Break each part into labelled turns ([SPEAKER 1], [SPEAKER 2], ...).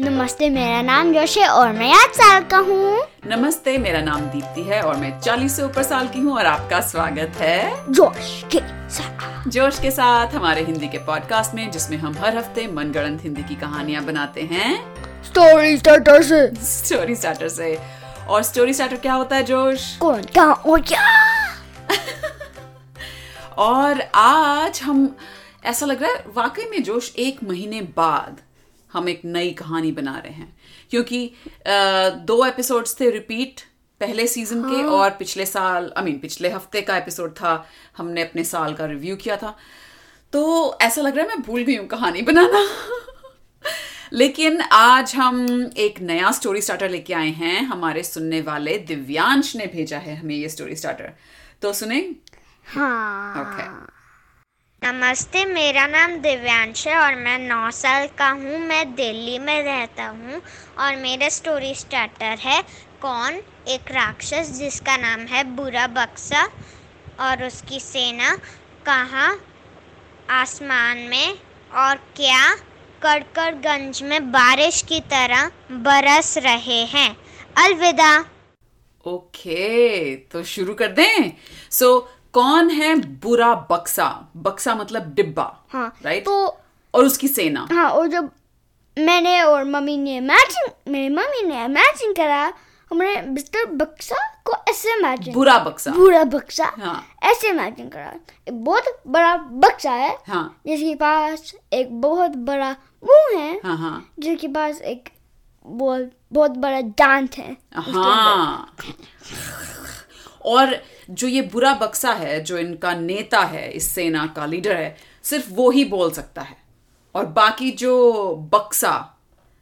[SPEAKER 1] नमस्ते मेरा नाम जोश है और मैं आठ साल का हूँ
[SPEAKER 2] नमस्ते मेरा नाम दीप्ति है और मैं 40 से ऊपर साल की हूँ और आपका स्वागत है
[SPEAKER 1] जोश के साथ
[SPEAKER 2] जोश के साथ हमारे हिंदी के पॉडकास्ट में जिसमें हम हर हफ्ते मनगढ़ंत हिंदी की कहानियाँ बनाते हैं
[SPEAKER 1] स्टोरी स्टार्टर से
[SPEAKER 2] स्टोरी स्टार्टर से और स्टोरी स्टार्टर क्या होता है जोश
[SPEAKER 1] कौन कहा और क्या
[SPEAKER 2] और आज हम ऐसा लग रहा है वाकई में जोश एक महीने बाद हम एक नई कहानी बना रहे हैं क्योंकि अ, दो एपिसोड्स थे रिपीट पहले सीजन के और पिछले साल आई मीन पिछले हफ्ते का एपिसोड था हमने अपने साल का रिव्यू किया था तो ऐसा लग रहा है मैं भूल गई हूँ कहानी बनाना लेकिन आज हम एक नया स्टोरी स्टार्टर लेके आए हैं हमारे सुनने वाले दिव्यांश ने भेजा है हमें ये स्टोरी स्टार्टर तो सुने ओके
[SPEAKER 1] हाँ
[SPEAKER 3] नमस्ते मेरा नाम दिव्यांश है और मैं नौ साल का हूँ मैं दिल्ली में रहता हूँ और मेरा स्टोरी स्टार्टर है कौन एक राक्षस जिसका नाम है बुरा बक्सा और उसकी सेना कहाँ आसमान में और क्या कड़कड़गंज में बारिश की तरह बरस रहे हैं अलविदा
[SPEAKER 2] ओके तो शुरू कर दें सो कौन है बुरा बक्सा बक्सा मतलब डिब्बा
[SPEAKER 1] हाँ
[SPEAKER 2] राइट
[SPEAKER 1] तो
[SPEAKER 2] और उसकी सेना
[SPEAKER 1] हाँ और जब मैंने और मम्मी ने इमेजिन मेरी मम्मी ने इमेजिन करा हमने मिस्टर बक्सा को ऐसे इमेजिन
[SPEAKER 2] बुरा बक्सा
[SPEAKER 1] पूरा बक्सा
[SPEAKER 2] हाँ
[SPEAKER 1] ऐसे इमेजिन करा एक बहुत बड़ा बक्सा है
[SPEAKER 2] हाँ
[SPEAKER 1] जिसके पास एक बहुत बड़ा मुंह है
[SPEAKER 2] हाँ हाँ
[SPEAKER 1] जिसके पास एक बहुत बहुत बड़ा दांत है
[SPEAKER 2] हाँ और जो ये बुरा बक्सा है जो इनका नेता है इस सेना का लीडर है सिर्फ वो ही बोल सकता है और बाकी जो बक्सा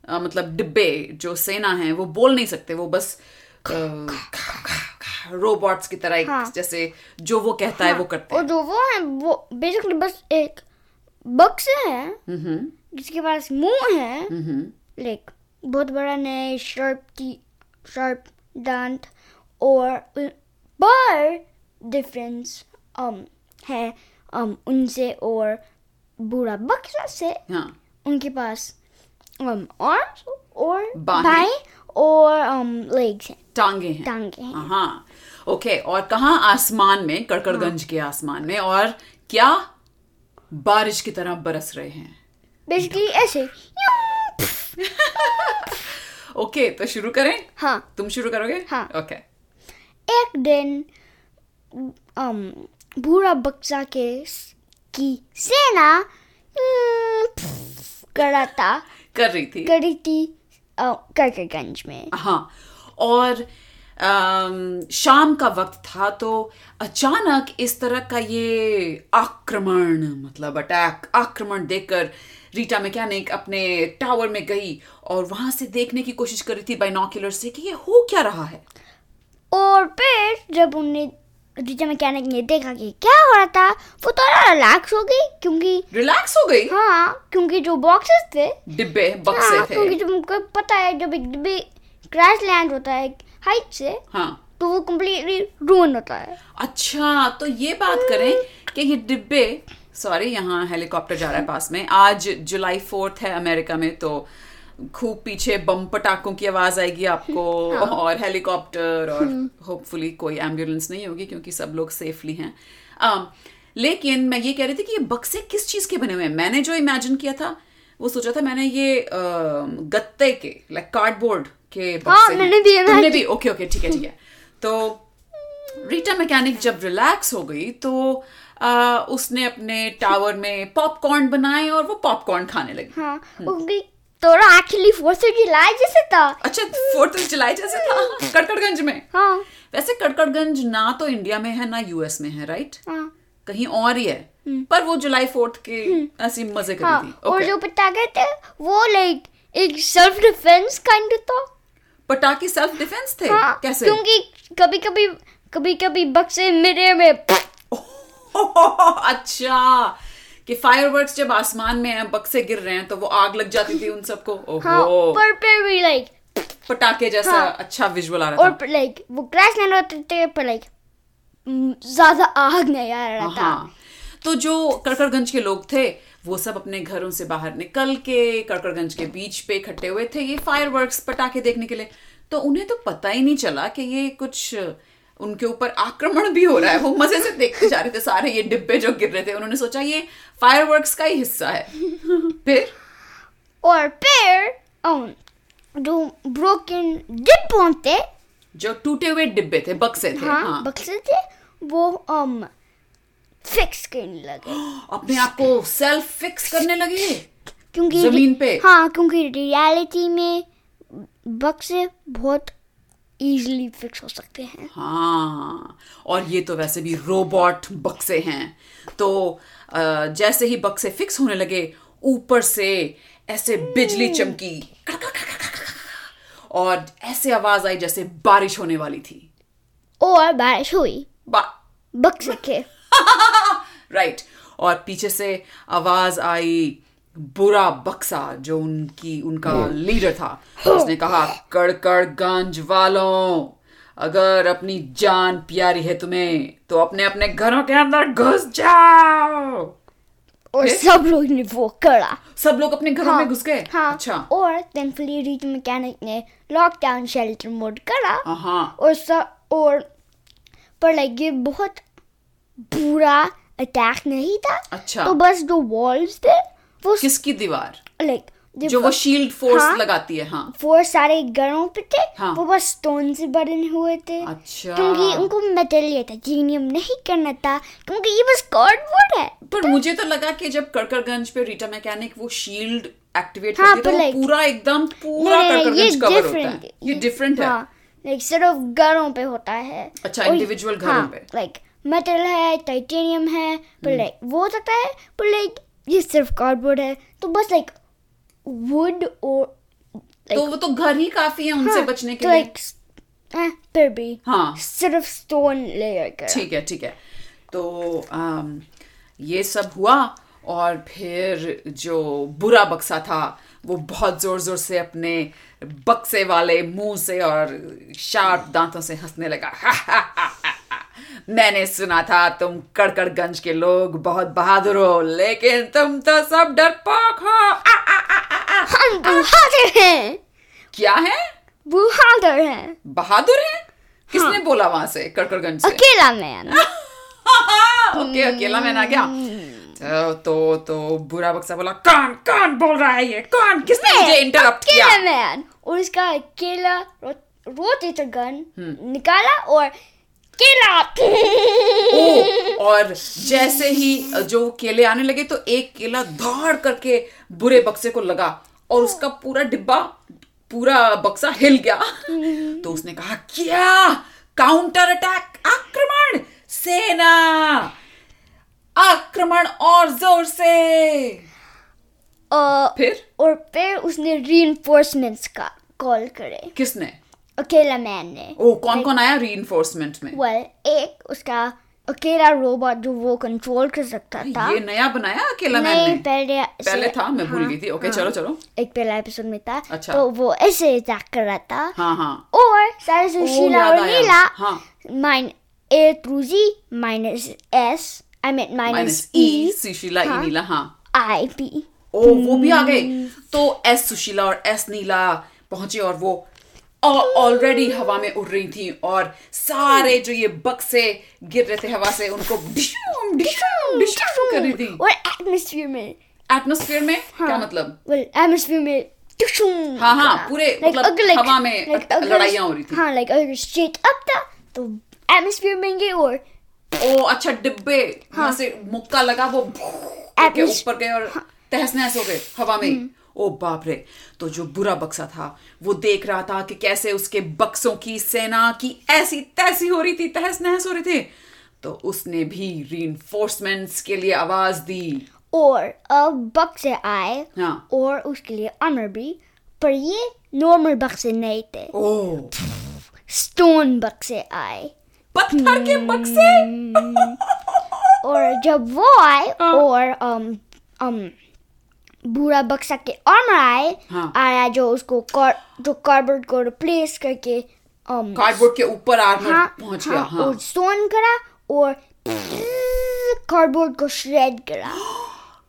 [SPEAKER 2] अ, मतलब डिब्बे जो सेना है वो बोल नहीं सकते वो बस रोबोट्स की तरह एक
[SPEAKER 1] हाँ।
[SPEAKER 2] जैसे जो वो कहता है वो करते
[SPEAKER 1] और
[SPEAKER 2] हैं
[SPEAKER 1] जो वो है वो बेसिकली बस एक बक्स है
[SPEAKER 2] हम्म,
[SPEAKER 1] जिसके पास मुंह है
[SPEAKER 2] हम्म,
[SPEAKER 1] लाइक बहुत बड़ा नए शार्प की शार्प दांत और पर डिफरेंस um, है um, उनसे और बूढ़ा बक्सा से
[SPEAKER 2] हाँ
[SPEAKER 1] उनके पास um, arms और
[SPEAKER 2] बाहें।
[SPEAKER 1] बाएं और um, legs हैं
[SPEAKER 2] टांगे हैं
[SPEAKER 1] टांगे हैं
[SPEAKER 2] हाँ ओके और कहाँ आसमान में कड़कड़गंज
[SPEAKER 1] हाँ।
[SPEAKER 2] के आसमान में और क्या बारिश की तरह बरस रहे हैं
[SPEAKER 1] बेसिकली ऐसे
[SPEAKER 2] ओके तो शुरू करें
[SPEAKER 1] हाँ
[SPEAKER 2] तुम शुरू करोगे
[SPEAKER 1] हाँ।
[SPEAKER 2] ओके
[SPEAKER 1] एक दिन um, भूरा बक्सा के की सेना करा था
[SPEAKER 2] कर रही थी
[SPEAKER 1] करी थी करकरगंज में
[SPEAKER 2] हाँ और अम, शाम का वक्त था तो अचानक इस तरह का ये आक्रमण मतलब अटैक आक्रमण देखकर रीटा मैकेनिक अपने टावर में गई और वहां से देखने की कोशिश कर रही थी बाइनोक्यूलर से कि ये हो क्या रहा है
[SPEAKER 1] और फिर जब उनने टीचर मैकेनिक ने देखा कि क्या हो रहा था वो तो थोड़ा रिलैक्स हो गई क्योंकि
[SPEAKER 2] रिलैक्स हो गई
[SPEAKER 1] हाँ क्योंकि जो बॉक्सेस थे
[SPEAKER 2] डिब्बे बक्से
[SPEAKER 1] हाँ, क्योंकि
[SPEAKER 2] थे
[SPEAKER 1] तुमको पता है जब एक डिब्बी क्रैश लैंड होता है हाइट से
[SPEAKER 2] हाँ
[SPEAKER 1] तो वो कम्प्लीटली रूइन होता है
[SPEAKER 2] अच्छा तो ये बात करें कि ये डिब्बे सॉरी यहाँ हेलीकॉप्टर जा रहा है पास में आज जुलाई फोर्थ है अमेरिका में तो खूब पीछे बम पटाखों की आवाज आएगी आपको
[SPEAKER 1] हाँ।
[SPEAKER 2] और हेलीकॉप्टर और होपफुली कोई एम्बुलेंस नहीं होगी क्योंकि सब लोग सेफली हैं अम, लेकिन मैं ये कह रही थी कि ये बक्से किस चीज के बने हुए हैं मैंने जो इमेजिन किया था वो सोचा था मैंने ये अ, गत्ते के लाइक कार्डबोर्ड के बक्से हैं।
[SPEAKER 1] हाँ, मैंने भी
[SPEAKER 2] तुमने
[SPEAKER 1] imagine-
[SPEAKER 2] भी ओके ओके ठीक है ठीक है तो रीटा मैकेनिक जब रिलैक्स हो गई तो आ, उसने अपने टावर में पॉपकॉर्न बनाए और वो पॉपकॉर्न खाने लगी
[SPEAKER 1] हाँ क्योंकि थोड़ा एक्चुअली फोर्थ जुलाई जैसे था
[SPEAKER 2] अच्छा फोर्थ जुलाई जैसे था कड़कड़गंज में
[SPEAKER 1] हाँ
[SPEAKER 2] वैसे कड़कड़गंज ना तो इंडिया में है ना यूएस में है राइट
[SPEAKER 1] हाँ
[SPEAKER 2] कहीं और ही है पर वो जुलाई फोर्थ के ऐसी मजे कर
[SPEAKER 1] हम्म। हाँ
[SPEAKER 2] रही थी
[SPEAKER 1] और
[SPEAKER 2] ओके
[SPEAKER 1] जो पटाखे थे वो लाइक एक सेल्फ डिफेंस काइंड था
[SPEAKER 2] पटाखे सेल्फ डिफेंस थे
[SPEAKER 1] हाँ
[SPEAKER 2] कैसे
[SPEAKER 1] क्योंकि कभी कभी कभी कभी बक्से मेरे में
[SPEAKER 2] अच्छा कि फायरवर्क्स जब आसमान में हैं, बक्से गिर रहे हैं तो वो आग लग जाती थी उन सबको
[SPEAKER 1] हाँ
[SPEAKER 2] ओहो
[SPEAKER 1] पर फिर भी लाइक
[SPEAKER 2] पटाखे जैसा
[SPEAKER 1] हाँ।
[SPEAKER 2] अच्छा विजुअल आ रहा था
[SPEAKER 1] और लाइक वो क्रैश नहीं होते थे पर लाइक ज्यादा आग नहीं आ रहा था
[SPEAKER 2] हाँ तो जो हाँ। कड़कड़गंज के लोग थे वो सब अपने घरों से बाहर निकल के कड़कड़गंज के बीच पे इकट्ठे हुए थे ये फायरवर्क्स पटाखे देखने के लिए तो उन्हें तो पता ही नहीं चला कि ये कुछ उनके ऊपर आक्रमण भी हो रहा है वो मजे से देखते जा रहे थे सारे ये डिब्बे जो गिर रहे थे उन्होंने सोचा ये फायरवर्क्स का ही हिस्सा है फिर
[SPEAKER 1] और फिर um, जो ब्रोकन डिब्बों थे
[SPEAKER 2] जो टूटे हुए डिब्बे थे बक्से थे
[SPEAKER 1] हाँ,
[SPEAKER 2] हाँ
[SPEAKER 1] बक्से थे वो um, फिक्स करने लगे
[SPEAKER 2] अपने आप को सेल्फ फिक्स करने लगे
[SPEAKER 1] क्योंकि
[SPEAKER 2] जमीन पे?
[SPEAKER 1] हाँ क्योंकि रियलिटी में बक्से बहुत इजीली फिक्स हो सकते हैं
[SPEAKER 2] हाँ और ये तो वैसे भी रोबोट बक्से हैं तो अ, जैसे ही बक्से फिक्स होने लगे ऊपर से ऐसे बिजली चमकी और ऐसे आवाज आई जैसे बारिश होने वाली थी
[SPEAKER 1] और बारिश हुई
[SPEAKER 2] बा
[SPEAKER 1] बक्से के
[SPEAKER 2] राइट और पीछे से आवाज आई बुरा बक्सा जो उनकी उनका
[SPEAKER 1] Hmm.
[SPEAKER 2] लीडर था उसने कहा कड़कड़गंज वालों अगर अपनी जान प्यारी है तुम्हें तो अपने अपने घरों के अंदर घुस जाओ
[SPEAKER 1] और सब लोग ने वो करा
[SPEAKER 2] सब लोग अपने घरों में घुस गए
[SPEAKER 1] हाँ
[SPEAKER 2] अच्छा
[SPEAKER 1] और thankfully रीच मैकेनिक ने लॉकडाउन शेल्टर मोड करा
[SPEAKER 2] हाँ
[SPEAKER 1] और सब और पर लाइक ये बहुत बुरा अटैक नहीं था
[SPEAKER 2] अच्छा।
[SPEAKER 1] तो बस जो वॉल्स थे वो
[SPEAKER 2] किसकी दीवार
[SPEAKER 1] लाइक
[SPEAKER 2] जो वो शील्ड फोर्स
[SPEAKER 1] हाँ।
[SPEAKER 2] लगाती है हाँ
[SPEAKER 1] वो सारे घरों पे थे
[SPEAKER 2] हाँ।
[SPEAKER 1] वो बस स्टोन से बने हुए थे
[SPEAKER 2] अच्छा।
[SPEAKER 1] क्योंकि उनको मेटल ये था जीनियम नहीं करना था क्योंकि ये बस कार्डबोर्ड है
[SPEAKER 2] पर मुझे तो लगा कि जब कड़कड़गंज पे रीटा मैकेनिक वो शील्ड एक्टिवेट
[SPEAKER 1] हाँ,
[SPEAKER 2] करती है तो
[SPEAKER 1] पर
[SPEAKER 2] वो
[SPEAKER 1] like-
[SPEAKER 2] पूरा एकदम पूरा
[SPEAKER 1] नहीं, नहीं,
[SPEAKER 2] कड़कड़गंज कवर होता है ये डिफरेंट है
[SPEAKER 1] हाँ, like, सिर्फ घरों पे होता है
[SPEAKER 2] अच्छा, individual घरों पे। Hmm.
[SPEAKER 1] लाइक मेटल है टाइटेनियम है पर लाइक वो हो सकता है पर लाइक ये सिर्फ कार्डबोर्ड है तो बस लाइक वुड और
[SPEAKER 2] तो वो तो घर ही काफी है उनसे
[SPEAKER 1] हाँ,
[SPEAKER 2] बचने के
[SPEAKER 1] तो
[SPEAKER 2] लिए
[SPEAKER 1] like, eh, फिर भी
[SPEAKER 2] हाँ
[SPEAKER 1] सिर्फ स्टोन लेयर कर
[SPEAKER 2] ठीक है ठीक है तो आम, ये सब हुआ और फिर जो बुरा बक्सा था वो बहुत जोर जोर से अपने बक्से वाले मुंह से और शार्प दांतों से हंसने लगा मैंने सुना था तुम कड़कड़गंज के लोग बहुत बहादुर हो लेकिन तुम तो सब डरपोक हो आ,
[SPEAKER 1] हम बहादुर हैं
[SPEAKER 2] क्या है
[SPEAKER 1] बहादुर हैं
[SPEAKER 2] बहादुर है किसने बोला वहां से कड़कड़गंज से
[SPEAKER 1] अकेला मैन
[SPEAKER 2] ओके अकेला मैन आ गया तो तो तो बुरा बक्सा बोला कौन कौन बोल रहा है ये कौन किसने
[SPEAKER 1] मैं,
[SPEAKER 2] मुझे इंटरप्ट किया
[SPEAKER 1] अकेला मैन और उसका अकेला रोटेटर गन
[SPEAKER 2] Hmm.
[SPEAKER 1] निकाला और केला
[SPEAKER 2] ओ और जैसे ही जो केले आने लगे तो एक केला धाड़ करके बुरे बक्से को लगा और उसका पूरा डिब्बा पूरा बक्सा हिल गया तो उसने कहा क्या काउंटर अटैक आक्रमण सेना आक्रमण और जोर से
[SPEAKER 1] अ,
[SPEAKER 2] फिर
[SPEAKER 1] और फिर Uh, उसने reinforcements का कॉल करे
[SPEAKER 2] किसने
[SPEAKER 1] अकेला मैन ने
[SPEAKER 2] ओ कौन कौन आया री में
[SPEAKER 1] वेल एक उसका अकेला रोबोट जो वो कंट्रोल कर सकता था
[SPEAKER 2] ये नया बनाया अकेला
[SPEAKER 1] नहीं
[SPEAKER 2] मैंने
[SPEAKER 1] पहले
[SPEAKER 2] पहले
[SPEAKER 1] से-
[SPEAKER 2] था मैं भूल गई थी ओके
[SPEAKER 1] हाँ।
[SPEAKER 2] चलो चलो
[SPEAKER 1] एक पहला एपिसोड में था
[SPEAKER 2] अच्छा।
[SPEAKER 1] तो वो ऐसे अटैक कर रहा था
[SPEAKER 2] हाँ हाँ
[SPEAKER 1] और सारे सुशीला
[SPEAKER 2] याद
[SPEAKER 1] और
[SPEAKER 2] आया।
[SPEAKER 1] नीला
[SPEAKER 2] हाँ।
[SPEAKER 1] Mine A through G minus S I mean
[SPEAKER 2] minus
[SPEAKER 1] minus
[SPEAKER 2] E
[SPEAKER 1] E
[SPEAKER 2] Sushila E Neela हाँ
[SPEAKER 1] आई पी
[SPEAKER 2] ओ वो भी आ गए तो एस सुशीला और एस नीला पहुंचे और वो ऑलरेडी हवा में उड़ रही थी और सारे जो ये बक्से गिर रहे थे हवा से उनको डिशूम डिशूम डिशूम कर रही थी
[SPEAKER 1] और हाँ। एटमोस्फियर में
[SPEAKER 2] एटमोस्फेयर में क्या मतलब
[SPEAKER 1] वेल एटमोस्फियर में टुशुम
[SPEAKER 2] हाँ, हाँ,
[SPEAKER 1] करा।
[SPEAKER 2] पूरे,
[SPEAKER 1] Like,
[SPEAKER 2] मतलब,
[SPEAKER 1] अगर-
[SPEAKER 2] हवा में
[SPEAKER 1] like,
[SPEAKER 2] अट-
[SPEAKER 1] अगर-
[SPEAKER 2] लड़ाइयाँ हो रही थी।
[SPEAKER 1] हाँ लाइक अगर स्ट्रेट अप था तो एटमोस्फियर में ये और
[SPEAKER 2] ओ अच्छा डिब्बे हाँ से मुक्का लगा वो के
[SPEAKER 1] Atmos-
[SPEAKER 2] ऊपर गए और
[SPEAKER 1] हाँ।
[SPEAKER 2] तहस नहस हो गए हवा में
[SPEAKER 1] हम्म।
[SPEAKER 2] ही। ओ बाप रे तो जो बुरा बक्सा था वो देख रहा था कि कैसे उसके बक्सों की सेना की ऐसी तैसी हो रही थी तहस नहस हो रहे थे तो उसने भी रीइंफोर्समेंट्स के लिए आवाज दी
[SPEAKER 1] और अब बग से आए
[SPEAKER 2] हाँ।
[SPEAKER 1] और उसके लिए अमर भी पर ये नॉर्मल बग से नहीं थे
[SPEAKER 2] ओ
[SPEAKER 1] स्टोन बग से आए
[SPEAKER 2] पत्थर के बक्से
[SPEAKER 1] Hmm. और जब वो आए और अम अम बुरा बक्सा के आर्मर आए
[SPEAKER 2] हाँ।
[SPEAKER 1] आया जो उसको कार, जो कार्बोर्ड को रिप्लेस करके अम
[SPEAKER 2] कार्डबोर्ड के ऊपर आर्मर
[SPEAKER 1] हाँ
[SPEAKER 2] पहुंच गया
[SPEAKER 1] हाँ,
[SPEAKER 2] हाँ
[SPEAKER 1] और स्टोन करा और कार्डबोर्ड को श्रेड करा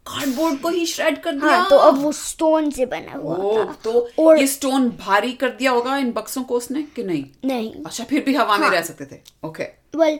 [SPEAKER 2] कार्डबोर्ड को ही श्रेड कर दिया
[SPEAKER 1] हाँ तो अब वो स्टोन से बना हुआ
[SPEAKER 2] ओ,
[SPEAKER 1] था
[SPEAKER 2] तो
[SPEAKER 1] और
[SPEAKER 2] ये स्टोन भारी कर दिया होगा इन बक्सों को उसने कि नहीं
[SPEAKER 1] नहीं
[SPEAKER 2] अच्छा फिर भी हवा
[SPEAKER 1] हाँ।
[SPEAKER 2] में रह सकते थे ओके
[SPEAKER 1] वेल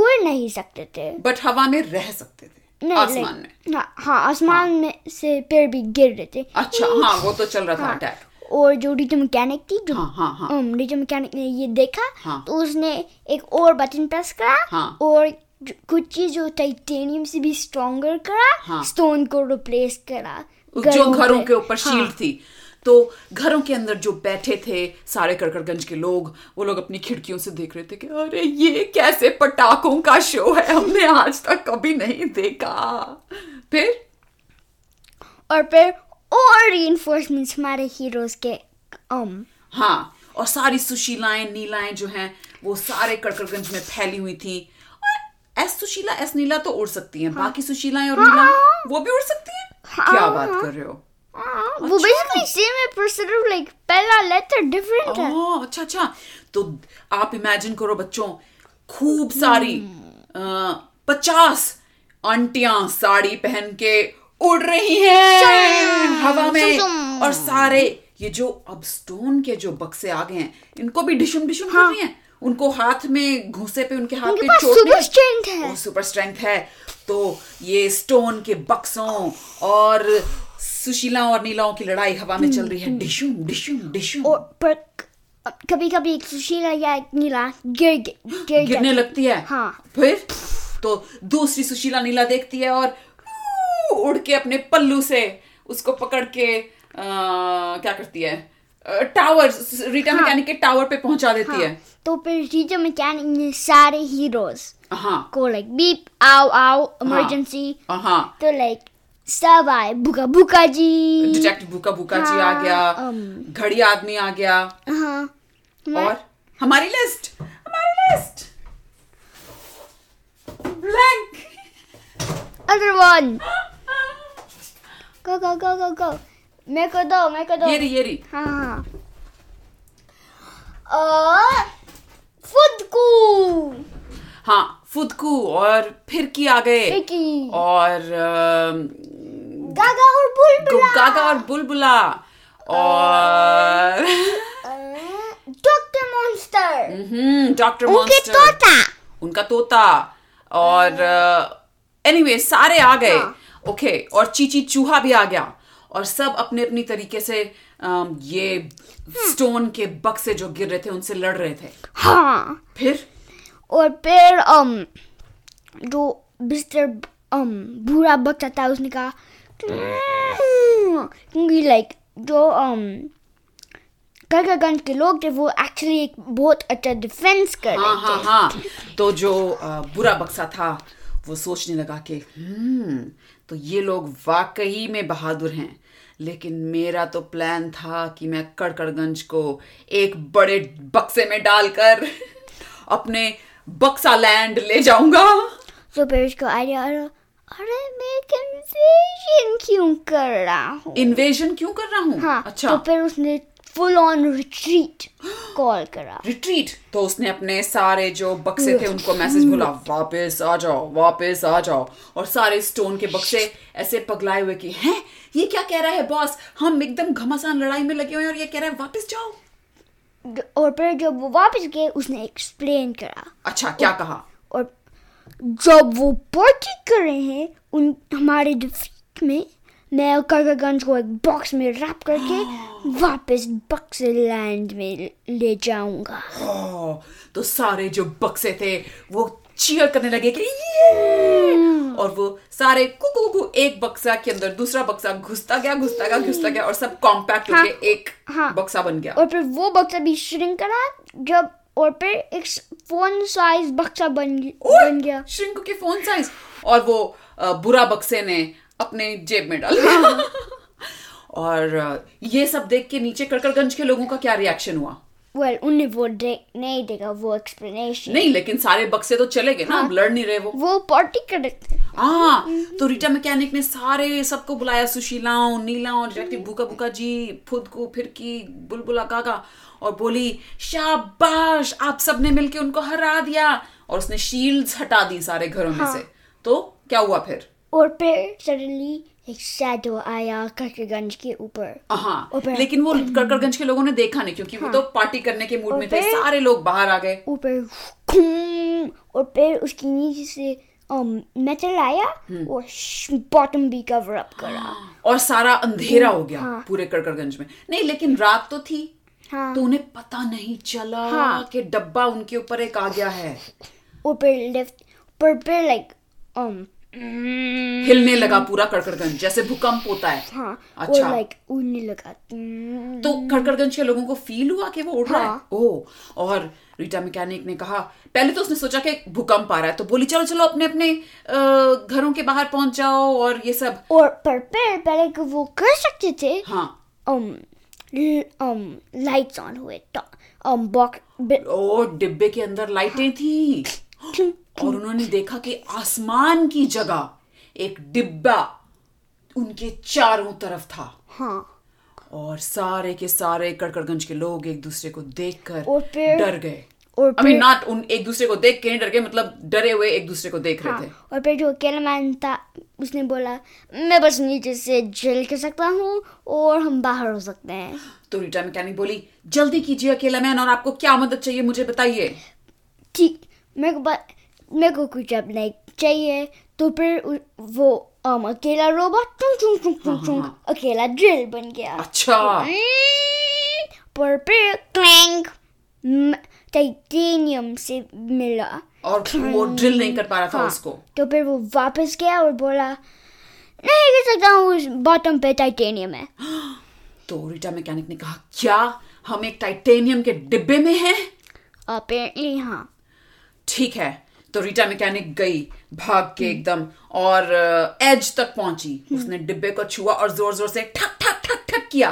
[SPEAKER 1] उड़ नहीं सकते थे
[SPEAKER 2] बट हवा में रह सकते थे
[SPEAKER 1] नहीं
[SPEAKER 2] आसमान में
[SPEAKER 1] like- हाँ हाँ आसमान में से पेड़ भी गिर रहे थे
[SPEAKER 2] अच्छा हाँ वो तो चल रहा था अटैक
[SPEAKER 1] और जो रिटो मैकेनिक थी जो
[SPEAKER 2] हाँ हाँ हाँ
[SPEAKER 1] um, रिटो मैकेनिक ने ये देखा
[SPEAKER 2] हाँ।
[SPEAKER 1] तो उसने एक और बटन प्रेस करा
[SPEAKER 2] हाँ।
[SPEAKER 1] और जो- कुछ चीज जो टाइटेनियम से भी स्ट्रॉन्गर करा
[SPEAKER 2] हाँ।
[SPEAKER 1] स्टोन को रिप्लेस करा
[SPEAKER 2] जो घरों
[SPEAKER 1] पे-
[SPEAKER 2] के ऊपर
[SPEAKER 1] हाँ।
[SPEAKER 2] शील्ड थी तो घरों के अंदर जो बैठे थे सारे कड़कड़गंज के लोग वो लोग अपनी खिड़कियों से देख रहे थे कि अरे ये कैसे पटाखों का शो है हमने आज तक कभी नहीं देखा फिर
[SPEAKER 1] और फिर और reinforcements हमारे हीरोज के um,
[SPEAKER 2] हाँ और सारी सुशीलाएं नीलाएं जो हैं वो सारे कड़कड़गंज में फैली हुई थी और एस सुशीला एस नीला तो उड़ सकती हैं बाकी सुशीलाएं और नीला वो भी उड़ सकती हैं क्या बात कर रहे हो
[SPEAKER 1] हाँ, वो
[SPEAKER 2] अच्छा।
[SPEAKER 1] बेसिकली सेम है पर सिर्फ लाइक पहला लेटर डिफरेंट है
[SPEAKER 2] ओह अच्छा अच्छा तो आप इमेजिन करो बच्चों खूब सारी
[SPEAKER 1] हम्म।
[SPEAKER 2] पचास आंटियां साड़ी पहन के उड़ रही हैं हवा में
[SPEAKER 3] सुसुम।
[SPEAKER 2] और सारे ये जो अब स्टोन के जो बक्से आ गए हैं इनको भी डिशुम डिशुम कर रही हैं उनको हाथ में घुसे पे उनके हाथ
[SPEAKER 1] हाँ। उनके
[SPEAKER 2] पे
[SPEAKER 1] पास
[SPEAKER 2] चोट
[SPEAKER 1] सुपर
[SPEAKER 2] नहीं-
[SPEAKER 1] स्ट्रेंथ है
[SPEAKER 2] वो सुपर स्ट्रेंथ है तो ये स्टोन के बक्सों और सुशीला और नीलाओं की लड़ाई हवा में चल रही है डिशुम डिशुम डिशुम
[SPEAKER 1] हम्म, और पर कभी कभी एक सुशीला या एक नीला गिर गिर गिर
[SPEAKER 2] गिरने
[SPEAKER 1] जाती-
[SPEAKER 2] लगती है
[SPEAKER 1] हाँ।
[SPEAKER 2] फिर तो दूसरी सुशीला नीला देखती है और उड़ के अपने पल्लू से उसको पकड़ के अ, क्या करती है अ, टावर रीटा
[SPEAKER 1] हाँ।
[SPEAKER 2] मैकेनिक के टावर पे पहुंचा देती है
[SPEAKER 1] तो फिर रीजर मैकेनिक ने सारे हीरोज
[SPEAKER 2] हाँ
[SPEAKER 1] को लाइक बीप आओ आओ इमरजेंसी
[SPEAKER 2] हाँ
[SPEAKER 1] तो लाइक सब आए भूखा भूखा जी
[SPEAKER 2] डिटेक्टिव भूखा भूखा जी आ
[SPEAKER 1] हाँ,
[SPEAKER 2] गया
[SPEAKER 1] अम।
[SPEAKER 2] घड़ी आदमी आ गया
[SPEAKER 1] हाँ मैं-
[SPEAKER 2] और हमारी लिस्ट हमारी list blank
[SPEAKER 1] other one go go go go go मेरे को दो मेरे को दो
[SPEAKER 2] ये रही ये रही
[SPEAKER 1] हाँ और खुद को
[SPEAKER 2] हाँ फुदकू और फिरकी आ गए
[SPEAKER 1] फिरकी।
[SPEAKER 2] और अम,
[SPEAKER 1] गागा और बुलबुला
[SPEAKER 2] गागा और बुलबुला और
[SPEAKER 1] Uh, डॉक्टर मॉन्स्टर
[SPEAKER 2] हम्म डॉक्टर
[SPEAKER 1] उनके
[SPEAKER 2] मॉन्स्टर
[SPEAKER 1] तोता
[SPEAKER 2] उनका तोता और एनीवे सारे आ गए ओके और चीची चूहा भी आ गया और सब अपने अपनी तरीके से अम, ये स्टोन के बक्से जो गिर रहे थे उनसे लड़ रहे थे
[SPEAKER 1] हाँ
[SPEAKER 2] फिर
[SPEAKER 1] और फिर um जो मिस्टर um बुरा बच्चा था उसने कहा "Hmm," क्योंकि लाइक जो um करकागंज के लोग थे वो एक्चुअली एक बहुत अच्छा डिफेंस कर
[SPEAKER 2] हाँ
[SPEAKER 1] रहे
[SPEAKER 2] हाँ
[SPEAKER 1] थे
[SPEAKER 2] हाँ तो जो अ, बुरा बक्सा था वो सोचने लगा कि हम्म तो ये लोग वाकई में बहादुर हैं लेकिन मेरा तो प्लान था कि मैं कड़कड़गंज को एक बड़े बक्से में डालकर अपने बक्सा लैंड ले जाऊंगा
[SPEAKER 1] तो फिर उसको आइडिया आया अरे मैं कन्फ्यूजन क्यों कर रहा हूँ
[SPEAKER 2] इन्वेजन क्यों कर रहा हूँ
[SPEAKER 1] हाँ
[SPEAKER 2] अच्छा
[SPEAKER 1] तो फिर उसने फुल ऑन रिट्रीट कॉल करा
[SPEAKER 2] रिट्रीट तो उसने अपने सारे जो बक्से थे उनको मैसेज बोला वापस आ जाओ वापस आ जाओ और सारे स्टोन के बक्से ऐसे पगलाए हुए कि हैं ये क्या कह रहा है बॉस हम एकदम घमासान लड़ाई में लगे हुए हैं और ये कह रहा है वापस जाओ
[SPEAKER 1] और फिर जब वो वापस गए उसने एक्सप्लेन करा
[SPEAKER 2] अच्छा क्या कहा
[SPEAKER 1] और जब वो पार्टी कर रहे हैं उन हमारे डिफीट में मैं और काका गंज को एक बॉक्स में रैप करके वापस बक्स लैंड में ले जाऊंगा
[SPEAKER 2] ओ, तो सारे जो बक्से थे वो चीयर करने लगे कि ये और वो सारे कुकू कुकू एक बक्सा के अंदर दूसरा बक्सा घुसता गया घुसता गया घुसता गया और सब कॉम्पैक्ट होके एक
[SPEAKER 1] हाँ।
[SPEAKER 2] बक्सा बन गया
[SPEAKER 1] और फिर वो बक्सा भी श्रिंक करा जब और फिर एक फोन साइज बक्सा बन
[SPEAKER 2] और
[SPEAKER 1] बन गया
[SPEAKER 2] श्रिंक के फोन साइज और वो अ, बुरा बक्से ने अपने जेब में डाल दिया और अ, ये सब देख के नीचे कड़कड़गंज के लोगों का क्या रिएक्शन हुआ
[SPEAKER 1] वेल उन्हें वो देख नहीं देखा वो एक्सप्लेनेशन
[SPEAKER 2] नहीं लेकिन सारे बक्से तो चले गए ना अब लड़ नहीं रहे वो
[SPEAKER 1] वो पार्टी कर रहे थे
[SPEAKER 2] हाँ तो रीटा मैकेनिक ने सारे सबको बुलाया सुशीलाओं नीलाओं डिटेक्टिव भूखा भूखा जी फुद को फिरकी बुलबुला काका और बोली शाबाश आप सबने मिलके उनको हरा दिया और उसने शील्ड्स हटा दी सारे घरों में से तो क्या हुआ फिर
[SPEAKER 1] और फिर सडनली एक शैडो आया कटरगंज के ऊपर
[SPEAKER 2] हाँ
[SPEAKER 1] और फिर-
[SPEAKER 2] लेकिन वो कड़कड़गंज के लोगों ने देखा नहीं क्योंकि वो तो पार्टी करने के मूड में थे
[SPEAKER 1] फिर-
[SPEAKER 2] सारे लोग बाहर आ गए
[SPEAKER 1] ऊपर खूम, और फिर उसकी नीचे से मेटल आया
[SPEAKER 2] हम्म।
[SPEAKER 1] और बॉटम भी कवर अप करा
[SPEAKER 2] और सारा अंधेरा हो गया
[SPEAKER 1] हाँ।
[SPEAKER 2] पूरे कड़कड़गंज में नहीं लेकिन रात तो थी
[SPEAKER 1] हाँ
[SPEAKER 2] तो उन्हें पता नहीं चला
[SPEAKER 1] हाँ।
[SPEAKER 2] कि डब्बा उनके ऊपर एक आ गया है
[SPEAKER 1] और फिर लेफ्ट पर फिर लाइक um mm,
[SPEAKER 2] हिलने लगा पूरा कड़कड़गंज जैसे भूकंप होता है
[SPEAKER 1] हाँ और
[SPEAKER 2] अच्छा।
[SPEAKER 1] लाइक उड़ने लगा Hmm.
[SPEAKER 2] तो कड़कड़गंज के लोगों को फील हुआ कि वो उड़ रहा है
[SPEAKER 1] हाँ।
[SPEAKER 2] ओ और रीटा मैकेनिक ने कहा पहले तो उसने सोचा कि भूकंप आ रहा है तो बोली चलो चलो अपने अपने अ, घरों के बाहर पहुंच जाओ और ये सब
[SPEAKER 1] और पर फिर पहले कि वो कर सकते थे
[SPEAKER 2] हाँ
[SPEAKER 1] um l- um lights on हुए तो um box bit-
[SPEAKER 2] ओ डिब्बे के अंदर लाइटें थी और उन्होंने देखा कि आसमान की जगह एक डिब्बा उनके चारों तरफ था
[SPEAKER 1] हाँ
[SPEAKER 2] और सारे के सारे कड़कड़गंज के लोग एक दूसरे को देखकर
[SPEAKER 1] और फिर-
[SPEAKER 2] डर गए
[SPEAKER 1] और
[SPEAKER 2] आई मीन
[SPEAKER 1] फिर-
[SPEAKER 2] नॉट उन एक दूसरे को देख के नहीं डर गए मतलब डरे हुए एक दूसरे को देख रहे थे
[SPEAKER 1] हाँ और फिर जो अकेला मैन था उसने बोला मैं बस नीचे से झेल कर सकता हूँ और हम बाहर हो सकते हैं
[SPEAKER 2] तो रीटा मैकेनिक बोली जल्दी कीजिए अकेला मैन और आपको क्या मदद चाहिए मुझे बताइए
[SPEAKER 1] ठीक मेरे को बा- मेरे को कुछ अब नहीं चाहिए तो फिर उ- वो um, अकेला रोबोट टुंग टुंग टुंग टुंग टुंग
[SPEAKER 2] हाँ।
[SPEAKER 1] अकेला ड्रिल बन गया
[SPEAKER 2] अच्छा
[SPEAKER 1] Mm, पर फिर क्लैंग टाइटेनियम से मिला
[SPEAKER 2] और वो ड्रिल नहीं कर पा रहा था
[SPEAKER 1] हाँ,
[SPEAKER 2] उसको
[SPEAKER 1] तो फिर वो वापस गया और बोला नहीं कर सकता हूँ उस बॉटम पे टाइटेनियम है
[SPEAKER 2] तो रीटा मैकेनिक ने कहा क्या हम एक टाइटेनियम के डिब्बे में हैं
[SPEAKER 1] अपेरेंटली हाँ
[SPEAKER 2] ठीक है तो रीटा मैकेनिक गई भाग के एकदम और एज तक पहुंची उसने डिब्बे को छुआ और जोर जोर से ठक ठक ठक ठक किया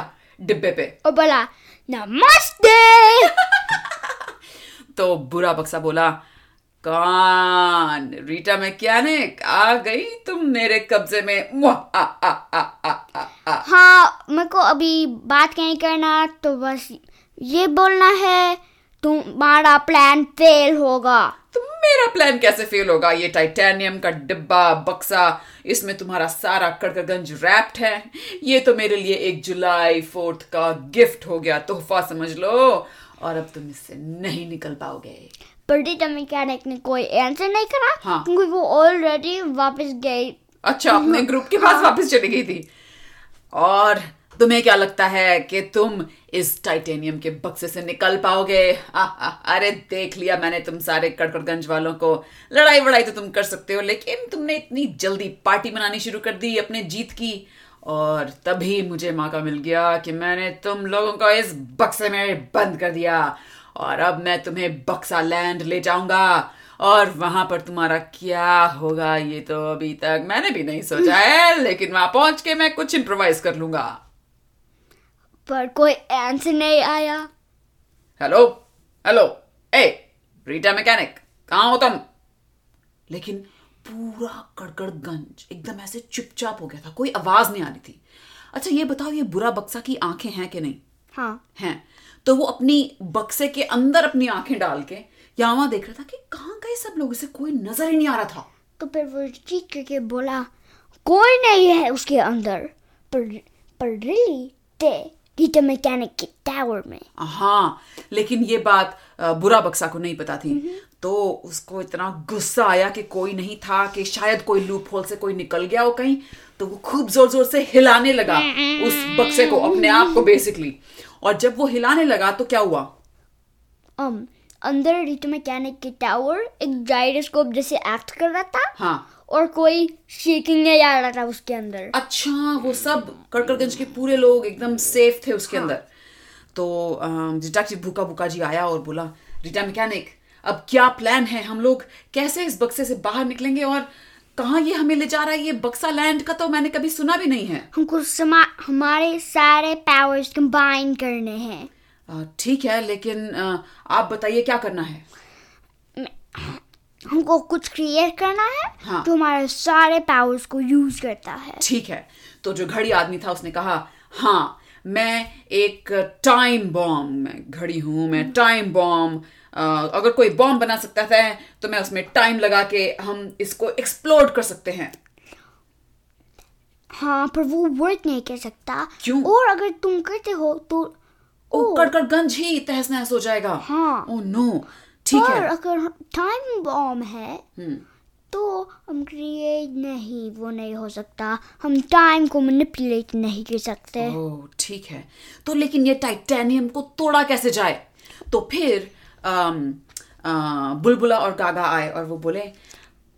[SPEAKER 2] डिब्बे पे
[SPEAKER 1] और बोला नमस्ते
[SPEAKER 2] तो बुरा बक्सा बोला कौन रीटा मैकेनिक आ गई तुम मेरे कब्जे में मुआ, आ, आ, आ, आ, आ, आ।
[SPEAKER 1] हाँ मेरे को अभी बात नहीं करना तो बस ये बोलना है तुम्हारा प्लान फेल होगा
[SPEAKER 2] तो मेरा प्लान कैसे फेल होगा ये टाइटेनियम का डिब्बा बक्सा इसमें तुम्हारा सारा कड़कगंज रैप्ड है ये तो मेरे लिए एक जुलाई फोर्थ का गिफ्ट हो गया तोहफा समझ लो और अब तुम इससे नहीं निकल पाओगे
[SPEAKER 1] पर डेटा मैकेनिक ने कोई आंसर नहीं करा
[SPEAKER 2] हाँ।
[SPEAKER 1] क्योंकि वो ऑलरेडी वापस गए
[SPEAKER 2] अच्छा अपने ग्रुप के पास वापस चली गई थी और तुम्हें क्या लगता है कि तुम इस टाइटेनियम के बक्से से निकल पाओगे आ, आ, अरे देख लिया मैंने तुम सारे कड़कड़गंज वालों को लड़ाई वड़ाई तो तुम कर सकते हो लेकिन तुमने इतनी जल्दी पार्टी मनानी शुरू कर दी अपने जीत की और तभी मुझे मौका मिल गया कि मैंने तुम लोगों को इस बक्से में बंद कर दिया और अब मैं तुम्हें बक्सा लैंड ले जाऊंगा और वहां पर तुम्हारा क्या होगा ये तो अभी तक मैंने भी नहीं सोचा है लेकिन वहां पहुंच के मैं कुछ इम्प्रोवाइज कर लूंगा
[SPEAKER 1] पर कोई आंसर नहीं आया
[SPEAKER 2] हेलो हेलो ए रीटा मैकेनिक कहाँ हो तुम लेकिन पूरा कड़कड़गंज एकदम ऐसे चुपचाप हो गया था कोई आवाज नहीं आ रही थी अच्छा ये बताओ ये बुरा बक्सा की आंखें हैं कि नहीं
[SPEAKER 1] हाँ
[SPEAKER 2] हैं तो वो अपनी बक्से के अंदर अपनी आंखें डाल के यहाँ वहां देख रहा था कि कहाँ गए सब लोग इसे कोई नजर ही नहीं आ रहा था
[SPEAKER 1] तो फिर वो चीख करके बोला कोई नहीं है उसके अंदर पर पर रियली थे डेटा मैकेनिक तो के टावर में
[SPEAKER 2] हाँ लेकिन ये बात अ, बुरा बक्सा को नहीं पता थी तो उसको इतना गुस्सा आया कि कोई नहीं था कि शायद कोई लूप होल से कोई निकल गया हो कहीं तो वो खूब जोर जोर से हिलाने लगा उस बक्से को अपने आप को बेसिकली और जब वो हिलाने लगा तो क्या हुआ
[SPEAKER 1] um, अंदर डेटा मैकेनिक के टावर एक जायरोस्कोप जैसे एक्ट कर रहा था
[SPEAKER 2] हाँ
[SPEAKER 1] और कोई शेकिंग नहीं आ रहा था उसके अंदर
[SPEAKER 2] अच्छा वो सब कड़कड़गंज के पूरे लोग एकदम सेफ थे उसके अंदर तो डिटेक्टिव भूखा भूखा जी आया और बोला रिटा मैकेनिक अब क्या प्लान है हम लोग कैसे इस बक्से से बाहर निकलेंगे और कहाँ ये हमें ले जा रहा है ये बक्सा लैंड का तो मैंने कभी सुना भी नहीं है
[SPEAKER 1] हमको समा हमारे सारे पावर्स कंबाइन करने हैं
[SPEAKER 2] अ, ठीक है लेकिन अ, आप बताइए क्या करना है
[SPEAKER 1] हमको कुछ क्रिएट करना है
[SPEAKER 2] हाँ।
[SPEAKER 1] तो हमारे सारे पावर्स को यूज करता है
[SPEAKER 2] ठीक है तो जो घड़ी आदमी था उसने कहा हाँ मैं एक टाइम बॉम्ब घड़ी हूं मैं टाइम बॉम्ब अगर कोई बॉम्ब बना सकता है तो मैं उसमें टाइम लगा के हम इसको एक्सप्लोड कर सकते हैं
[SPEAKER 1] हाँ पर वो वर्क नहीं कर सकता
[SPEAKER 2] क्यों?
[SPEAKER 1] और अगर तुम करते हो तो
[SPEAKER 2] ओ कड़कड़गंज ही तहस नहस हो जाएगा
[SPEAKER 1] हाँ।
[SPEAKER 2] ओ नो ठीक
[SPEAKER 1] पर
[SPEAKER 2] है
[SPEAKER 1] अगर टाइम बॉम्ब है
[SPEAKER 2] हम्म,
[SPEAKER 1] तो हम क्रिएट नहीं वो नहीं हो सकता हम टाइम को मैनिपुलेट नहीं कर सकते
[SPEAKER 2] ओ ठीक है तो लेकिन ये टाइटेनियम को तोड़ा कैसे जाए तो फिर अम, अ, बुलबुला और गागा आए और वो बोले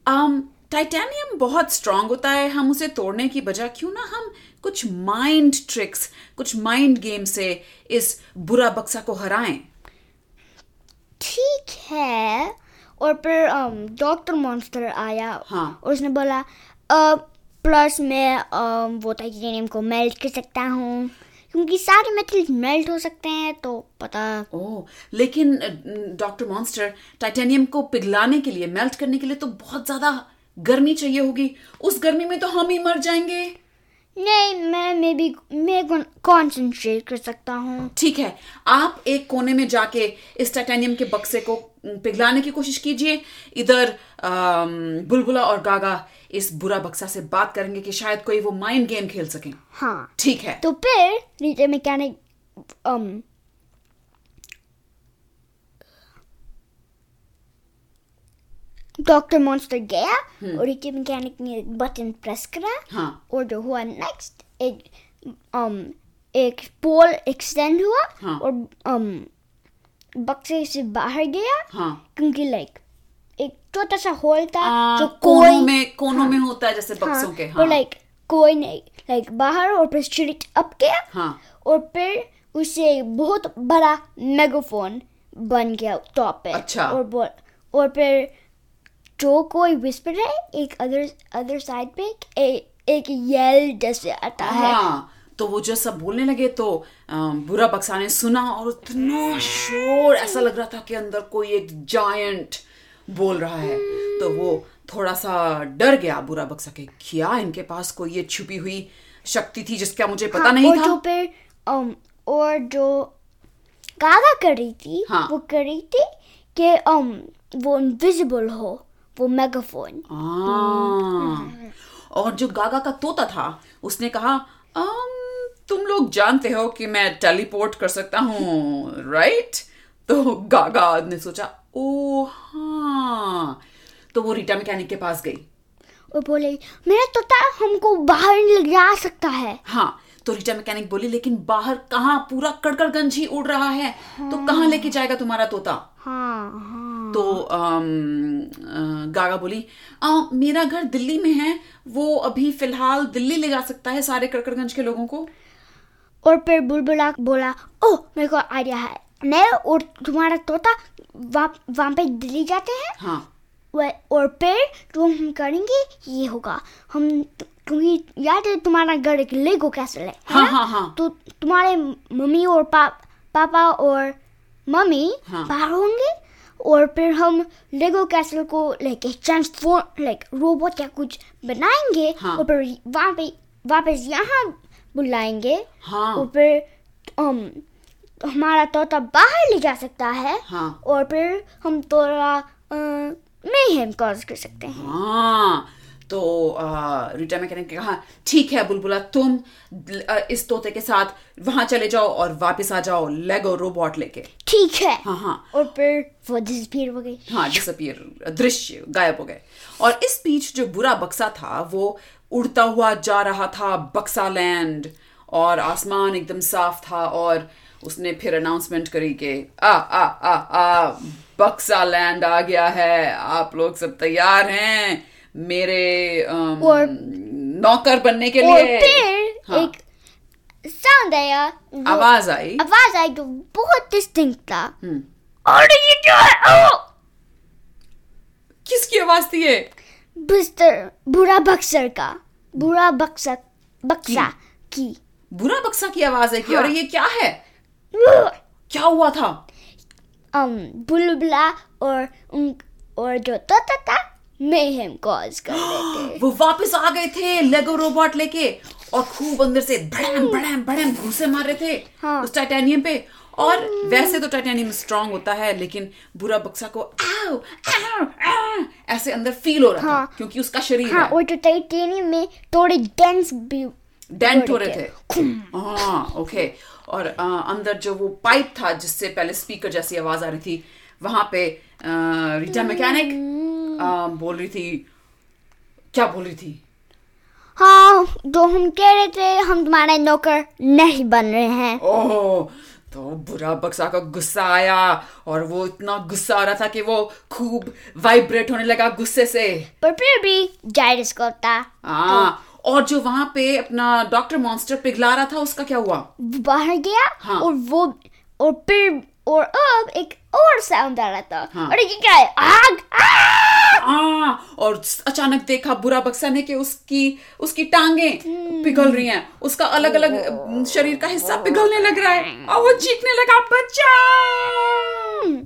[SPEAKER 2] अम टाइटेनियम बहुत स्ट्रांग होता है हम उसे तोड़ने की बजाय क्यों ना हम कुछ माइंड ट्रिक्स कुछ माइंड गेम से इस बुरा बक्सा को हराएं
[SPEAKER 1] ठीक है और फिर डॉक्टर मॉन्स्टर आया
[SPEAKER 2] हाँ।
[SPEAKER 1] और उसने बोला प्लस मैं अम, वो टाइटेनियम को मेल्ट कर सकता हूँ क्योंकि सारे मेटल्स मेल्ट हो सकते हैं तो पता
[SPEAKER 2] ओह लेकिन डॉक्टर मॉन्स्टर टाइटेनियम को पिघलाने के लिए मेल्ट करने के लिए तो बहुत ज्यादा गर्मी चाहिए होगी उस गर्मी में तो हम ही मर जाएंगे
[SPEAKER 1] नहीं मैं मे बी मैं कॉन्सेंट्रेट कर सकता हूँ
[SPEAKER 2] ठीक है आप एक कोने में जाके इस टाइटेनियम के बक्से को अम, पिघलाने की कोशिश कीजिए इधर अम, बुलबुला और गागा इस बुरा बक्सा से बात करेंगे कि शायद कोई वो माइंड गेम खेल सकें
[SPEAKER 1] हाँ
[SPEAKER 2] ठीक है
[SPEAKER 1] तो फिर नीचे मैकेनिक um, डॉक्टर मॉन्स्टर गया
[SPEAKER 2] हम्म।
[SPEAKER 1] और नीचे मैकेनिक ने बटन प्रेस करा
[SPEAKER 2] हाँ
[SPEAKER 1] और जो हुआ नेक्स्ट एक um, एक पोल एक्सटेंड हुआ
[SPEAKER 2] हाँ।
[SPEAKER 1] और um, बक्से से बाहर गया
[SPEAKER 2] हाँ
[SPEAKER 1] क्योंकि लाइक एक छोटा सा होल था
[SPEAKER 2] आ,
[SPEAKER 1] जो हाँ,
[SPEAKER 2] कोनों
[SPEAKER 1] तो कोई हाँ, तो
[SPEAKER 2] में कोनों में होता है जैसे बक्सों के हाँ।
[SPEAKER 1] पर लाइक कोई नहीं लाइक बाहर और फिर स्ट्रीट अप गया
[SPEAKER 2] हाँ।
[SPEAKER 1] और फिर उसे एक बहुत बड़ा मेगाफोन बन गया टॉप पे
[SPEAKER 2] अच्छा।
[SPEAKER 1] और बोल और फिर जो कोई विस्पर है एक अदर अदर साइड पे एक, ए, एक येल जैसे आता है
[SPEAKER 2] हाँ तो वो जब सब बोलने लगे तो अम, बुरा बक्सा ने सुना और इतना शोर ऐसा लग रहा था कि अंदर कोई एक जायंट बोल रहा है तो वो थोड़ा सा डर गया बुरा बक्सा के क्या इनके पास कोई ये छुपी हुई शक्ति थी जिसका मुझे पता
[SPEAKER 1] हाँ,
[SPEAKER 2] नहीं
[SPEAKER 1] और जो
[SPEAKER 2] था
[SPEAKER 1] फिर um, और जो गागा कर रही थी
[SPEAKER 2] हाँ।
[SPEAKER 1] वो कर रही थी कि um, वो इनविजिबल हो वो मेगाफोन
[SPEAKER 2] हाँ और जो गागा का तोता था उसने कहा "अम, तुम लोग जानते हो कि मैं टेलीपोर्ट कर सकता हूँ राइट तो गागा ने सोचा ओ हाँ तो वो रीटा मैकेनिक के पास गई
[SPEAKER 1] और बोले मेरा तोता हमको बाहर नहीं ला सकता है
[SPEAKER 2] हाँ तो रीटा मैकेनिक बोली लेकिन बाहर कहाँ पूरा कड़कड़गंज ही उड़ रहा है तो कहाँ लेके जाएगा तुम्हारा तोता
[SPEAKER 1] हाँ हाँ
[SPEAKER 2] तो अम, अ, गागा बोली "अ, मेरा घर दिल्ली में है वो अभी फिलहाल दिल्ली ले जा सकता है सारे कड़कड़गंज के लोगों को
[SPEAKER 1] और फिर बुलबुला बोला ओह मेरे को आइडिया है मैं और तुम्हारा तोता वहाँ वहाँ पे दिल्ली जाते हैं
[SPEAKER 2] हाँ
[SPEAKER 1] वे- और फिर जो हम करेंगे ये होगा हम क्योंकि याद है तुम्हारा घर एक लेगो कैसल है है
[SPEAKER 2] हाँ,
[SPEAKER 1] ना?
[SPEAKER 2] हाँ, हाँ।
[SPEAKER 1] तो तुम्हारे मम्मी और पाप पापा और मम्मी
[SPEAKER 2] हाँ।
[SPEAKER 1] बाहर होंगे और फिर हम लेगो कैसल को लाइक ट्रांसफॉर्म लाइक रोबोट या कुछ बनाएंगे
[SPEAKER 2] हाँ।
[SPEAKER 1] और फिर वहाँ पे वापस यहाँ बुलाएंगे
[SPEAKER 2] हाँ।
[SPEAKER 1] और फिर हम हमारा तोता बाहर ले जा सकता है
[SPEAKER 2] हाँ।
[SPEAKER 1] और फिर हम थोड़ा मेहम कॉज कर सकते हैं
[SPEAKER 2] हाँ तो अ, रीटा मैकेनिक ने कहा ठीक है बुलबुला तुम अ, इस तोते के साथ वहां चले जाओ और वापस आ जाओ लेगो रोबोट लेके
[SPEAKER 1] ठीक है
[SPEAKER 2] हाँ हाँ
[SPEAKER 1] और फिर वो डिसअपीयर हो गई
[SPEAKER 2] हाँ डिसअपियर दृश्य गायब हो गए और इस बीच जो बुरा बक्सा था वो उड़ता हुआ जा रहा था बक्सा लैंड और आसमान एकदम साफ था और उसने फिर अनाउंसमेंट करी कि आ आ आ आ बक्सा लैंड आ गया है आप लोग सब तैयार हैं मेरे अम,
[SPEAKER 1] और-
[SPEAKER 2] नौकर बनने के
[SPEAKER 1] और
[SPEAKER 2] लिए
[SPEAKER 1] फिर
[SPEAKER 2] हाँ,
[SPEAKER 1] एक साउंड आया जो-
[SPEAKER 2] आवाज आई
[SPEAKER 1] आवाज आई जो बहुत डिस्टिंक्ट था
[SPEAKER 2] हम्म।
[SPEAKER 1] और ये जो है ओ
[SPEAKER 2] किसकी आवाज थी ये
[SPEAKER 1] बिस्तर बुरा बक्सर का बुरा बक्सा बक्सा की
[SPEAKER 2] बुरा बक्सा की आवाज है कि
[SPEAKER 1] हाँ।
[SPEAKER 2] अरे ये क्या है क्या हुआ था
[SPEAKER 1] um बुलबुला और उन और जो तोता था मेहम कॉज कर रहे थे
[SPEAKER 2] वो वापस आ गए थे लेगो रोबोट लेके और खूब अंदर से भड़म भड़म भड़म घूसे मार रहे थे
[SPEAKER 1] हाँ।
[SPEAKER 2] उस टाइटेनियम पे और वैसे तो टाइटेनियम स्ट्रांग होता है लेकिन बुरा बक्सा को आओ आओ आओ ऐसे अंदर फील हो रहा
[SPEAKER 1] हाँ।
[SPEAKER 2] था क्योंकि उसका शरीर
[SPEAKER 1] हाँ
[SPEAKER 2] है
[SPEAKER 1] और टाइटेनियम में थोड़े डेंस भी
[SPEAKER 2] डेंट हो रहे थे हाँ ओके और अ, अंदर जो वो पाइप था जिससे पहले स्पीकर जैसी आवाज आ रही थी वहां पे अ, रीटा मैकेनिक अ, बोल रही थी क्या बोल रही थी
[SPEAKER 1] हाँ जो हम कह रहे थे हम तुम्हारे नौकर नहीं बन रहे हैं
[SPEAKER 2] ओह तो बुरा बक्सा का गुस्सा आया और वो इतना गुस्सा आ रहा था कि वो खूब वाइब्रेट होने लगा गुस्से से
[SPEAKER 1] पर फिर भी जायरोस्कोप था
[SPEAKER 2] हाँ और जो वहां पे अपना डॉक्टर मॉन्स्टर पिघला रहा था उसका क्या हुआ
[SPEAKER 1] बाहर गया
[SPEAKER 2] हाँ।
[SPEAKER 1] और वो और फिर और अब एक और साउंड आ रहा था
[SPEAKER 2] हाँ।
[SPEAKER 1] और ये क्या है आग आग!
[SPEAKER 2] आ, हाँ, और अचानक देखा बुरा बक्सा ने कि उसकी उसकी टांगे पिघल रही हैं उसका अलग अलग शरीर का हिस्सा पिघलने लग रहा है और वो चीखने लगा बचाओ
[SPEAKER 1] Hmm.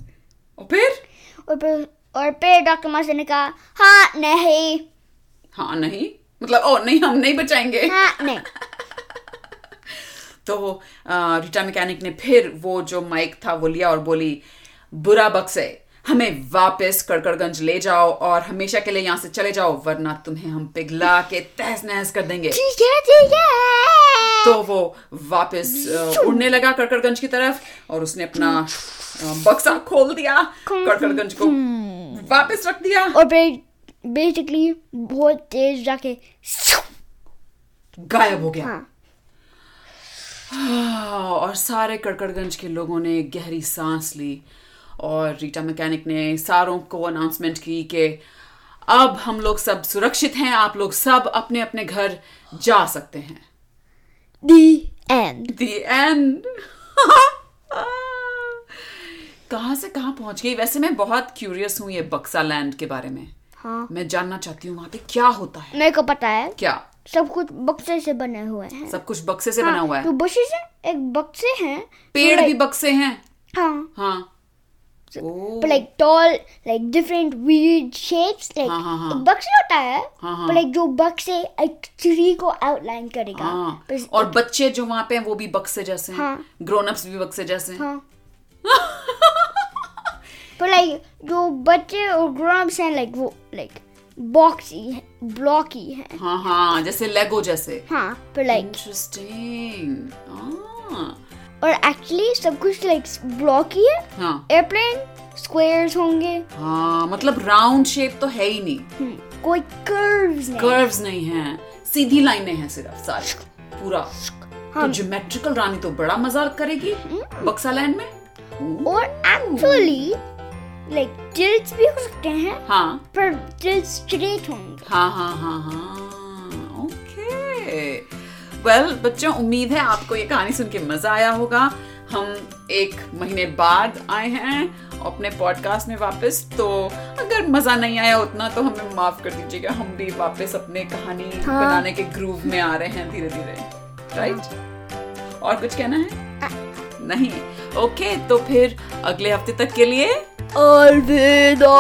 [SPEAKER 2] और फिर
[SPEAKER 1] और फिर और फिर डॉक्टर मास्टर ने कहा हाँ नहीं
[SPEAKER 2] हाँ नहीं मतलब ओ नहीं हम नहीं बचाएंगे
[SPEAKER 1] हाँ नहीं
[SPEAKER 2] तो अ, रीटा मैकेनिक ने फिर वो जो माइक था वो लिया और बोली बुरा बक्से हमें वापस कड़कड़गंज ले जाओ और हमेशा के लिए यहाँ से चले जाओ वरना तुम्हें हम पिघला के तहस नहस कर देंगे
[SPEAKER 1] ठीक है ठीक है
[SPEAKER 2] तो वो वापस अ, उड़ने लगा कड़कड़गंज की तरफ और उसने अपना अ, बक्सा खोल दिया कड़कड़गंज को वापस रख दिया
[SPEAKER 1] और फिर बेसिकली बहुत तेज जाके
[SPEAKER 2] गायब हो गया
[SPEAKER 1] हाँ
[SPEAKER 2] हाँ, और सारे कड़कड़गंज के लोगों ने गहरी सांस ली और रीटा मैकेनिक ने सारों को अनाउंसमेंट की कि अब हम लोग सब सुरक्षित हैं आप लोग सब अपने अपने घर जा सकते हैं
[SPEAKER 1] दी एंड
[SPEAKER 2] दी एंड कहाँ से कहाँ पहुंच गई वैसे मैं बहुत क्यूरियस हूँ ये बक्सा लैंड के बारे में
[SPEAKER 1] हाँ
[SPEAKER 2] मैं जानना चाहती हूँ वहां पे क्या होता है
[SPEAKER 1] मेरे को पता है
[SPEAKER 2] क्या
[SPEAKER 1] सब कुछ बक्से से बने हुए हैं
[SPEAKER 2] सब कुछ बक्से से बना हुआ
[SPEAKER 1] तो
[SPEAKER 2] है
[SPEAKER 1] बक्से से एक बक्से हैं
[SPEAKER 2] पेड़ भी बक्से हैं
[SPEAKER 1] हाँ
[SPEAKER 2] हाँ ओ,
[SPEAKER 1] but like tall, like different weird shapes. Like
[SPEAKER 2] हाँ, हाँ, हाँ।
[SPEAKER 1] एक बक्से होता है
[SPEAKER 2] हाँ, हाँ।
[SPEAKER 1] पर like जो बक्से एक ट्री को outline करेगा
[SPEAKER 2] हाँ
[SPEAKER 1] बस-
[SPEAKER 2] और बच्चे जो वहां पे हैं वो भी बक्से जैसे हैं
[SPEAKER 1] हाँ।
[SPEAKER 2] ग्रोन अप्स भी बक्से जैसे हैं
[SPEAKER 1] हाँ पर like जो बच्चे और grown-ups हैं like वो like boxy है blocky है
[SPEAKER 2] हाँ हाँ जैसे लेगो जैसे
[SPEAKER 1] हाँ पर like
[SPEAKER 2] इंटरेस्टिंग हाँ
[SPEAKER 1] और actually सब कुछ like blocky है
[SPEAKER 2] हाँ
[SPEAKER 1] airplane squares होंगे
[SPEAKER 2] हाँ मतलब राउंड शेप तो है ही नहीं
[SPEAKER 1] हम्म, कोई curves नहीं
[SPEAKER 2] कर्व्स नहीं हैं सीधी लाइनें हैं सिर्फ सारी पूरा तो
[SPEAKER 1] हाँ। हम्म।
[SPEAKER 2] ज्योमेट्रिकल रानी तो बड़ा मजा करेगी बक्सा लैंड में
[SPEAKER 1] और एक्चुअली लाइक टिल्ट्स भी हो सकते हैं
[SPEAKER 2] हाँ
[SPEAKER 1] पर टिल्ट्स स्ट्रेट होंगे
[SPEAKER 2] हाँ हाँ हाँ हाँ ओके वेल बच्चों उम्मीद है आपको ये कहानी सुन के मजा आया होगा हम एक महीने बाद आए हैं अपने पॉडकास्ट में वापस तो अगर मजा नहीं आया उतना तो हमें माफ कर दीजिएगा हम भी वापस अपने कहानी
[SPEAKER 1] हाँ।
[SPEAKER 2] बनाने के ग्रूव में आ रहे हैं धीरे धीरे राइट और कुछ कहना है नहीं ओके तो फिर अगले हफ्ते तक के लिए
[SPEAKER 1] अलविदा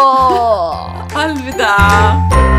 [SPEAKER 2] अलविदा